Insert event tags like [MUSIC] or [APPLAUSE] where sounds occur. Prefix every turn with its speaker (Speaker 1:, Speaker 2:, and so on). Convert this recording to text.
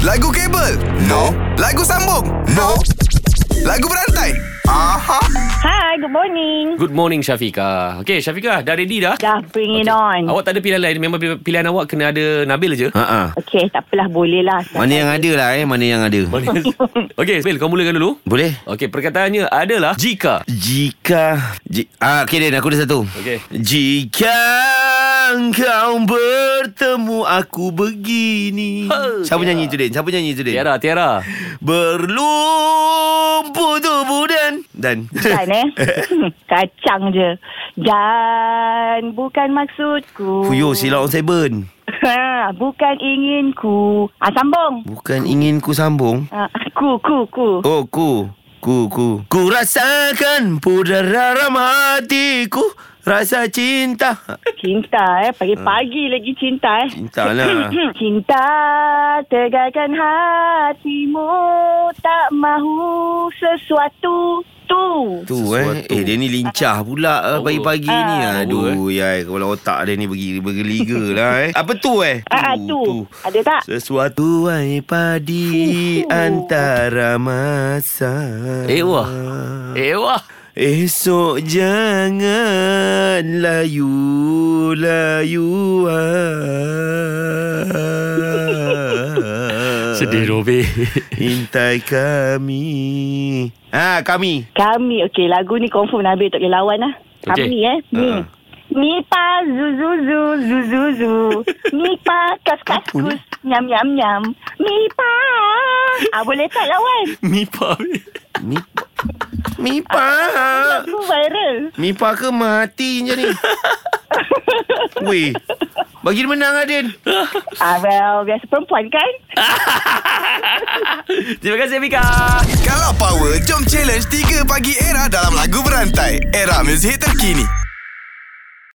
Speaker 1: Lagu kabel? No. Lagu sambung? No. Lagu berantai? Aha.
Speaker 2: Hi, good morning.
Speaker 3: Good morning Syafiqah Okay Syafiqah Dah ready dah?
Speaker 2: Dah bring it
Speaker 3: Okay.
Speaker 2: on.
Speaker 3: Awak tak ada pilihan lain Memang pi- pilihan awak Kena ada Nabil [LAUGHS] je
Speaker 4: Ha ah.
Speaker 2: Okey, tak apalah boleh lah.
Speaker 4: Mana yang ada lah eh, mana yang ada.
Speaker 3: Okay Bil kau mulakan dulu
Speaker 4: Boleh?
Speaker 3: Okay perkataannya adalah Jika
Speaker 4: Jika ji, ah, Okay Dan aku ada satu
Speaker 3: Okey.
Speaker 4: Jika kau bertemu aku begini
Speaker 3: Ha,
Speaker 4: Siapa
Speaker 3: Tiara.
Speaker 4: nyanyi tu Den? Siapa nyanyi tu Den?
Speaker 3: Tiara Tiara
Speaker 4: Berlumpur tubuh dan Dan
Speaker 2: Kan
Speaker 4: [LAUGHS]
Speaker 2: eh [LAUGHS] Kacang je Dan bukan maksudku
Speaker 4: Fuyo Sila on seven
Speaker 2: [LAUGHS] ha, Bukan inginku ah, Sambung
Speaker 4: Bukan ingin ku sambung
Speaker 2: ah, Ku, ku, ku
Speaker 4: Oh ku Ku ku Ku rasakan pudar dalam hatiku Rasa cinta
Speaker 2: Cinta eh Pagi-pagi lagi cinta eh
Speaker 4: Hmm. Cinta lah
Speaker 2: [LAUGHS] Cinta tegakkan hatimu Tak mahu sesuatu Tu
Speaker 4: Tu eh Eh dia ni lincah pula oh. Pagi-pagi
Speaker 2: Ah.
Speaker 4: ni Aduh ya Kalau otak dia ni pergi Bergeliga lah eh Apa tu eh
Speaker 2: Ah, ah, tu. Ada tak?
Speaker 4: Sesuatu ai padi
Speaker 2: Uhuh.
Speaker 4: Antara masa
Speaker 3: Eh, wah. Eh wah
Speaker 4: Esok jangan layu layu ah.
Speaker 3: Robi [LAUGHS]
Speaker 4: Intai kami Ah kami
Speaker 2: Kami Okey lagu ni confirm Nabil tak boleh lawan lah
Speaker 3: Okey.
Speaker 2: Kami eh Ni
Speaker 4: Ah.
Speaker 2: Ni pa zu zu zu zu zu zu Ni pa kas kas kus Nyam nyam nyam Mi pa ah, Boleh tak lawan
Speaker 3: Mipa
Speaker 4: Mi Mipa
Speaker 2: Lagu viral
Speaker 4: Mipa ke mati je ni Weh Bagi dia menang lah, Adin
Speaker 2: ah, Well biasa perempuan kan
Speaker 3: Terima kasih Syafiqah
Speaker 1: Kalau power, jom challenge 3 pagi era dalam lagu berantai. Era muzik terkini.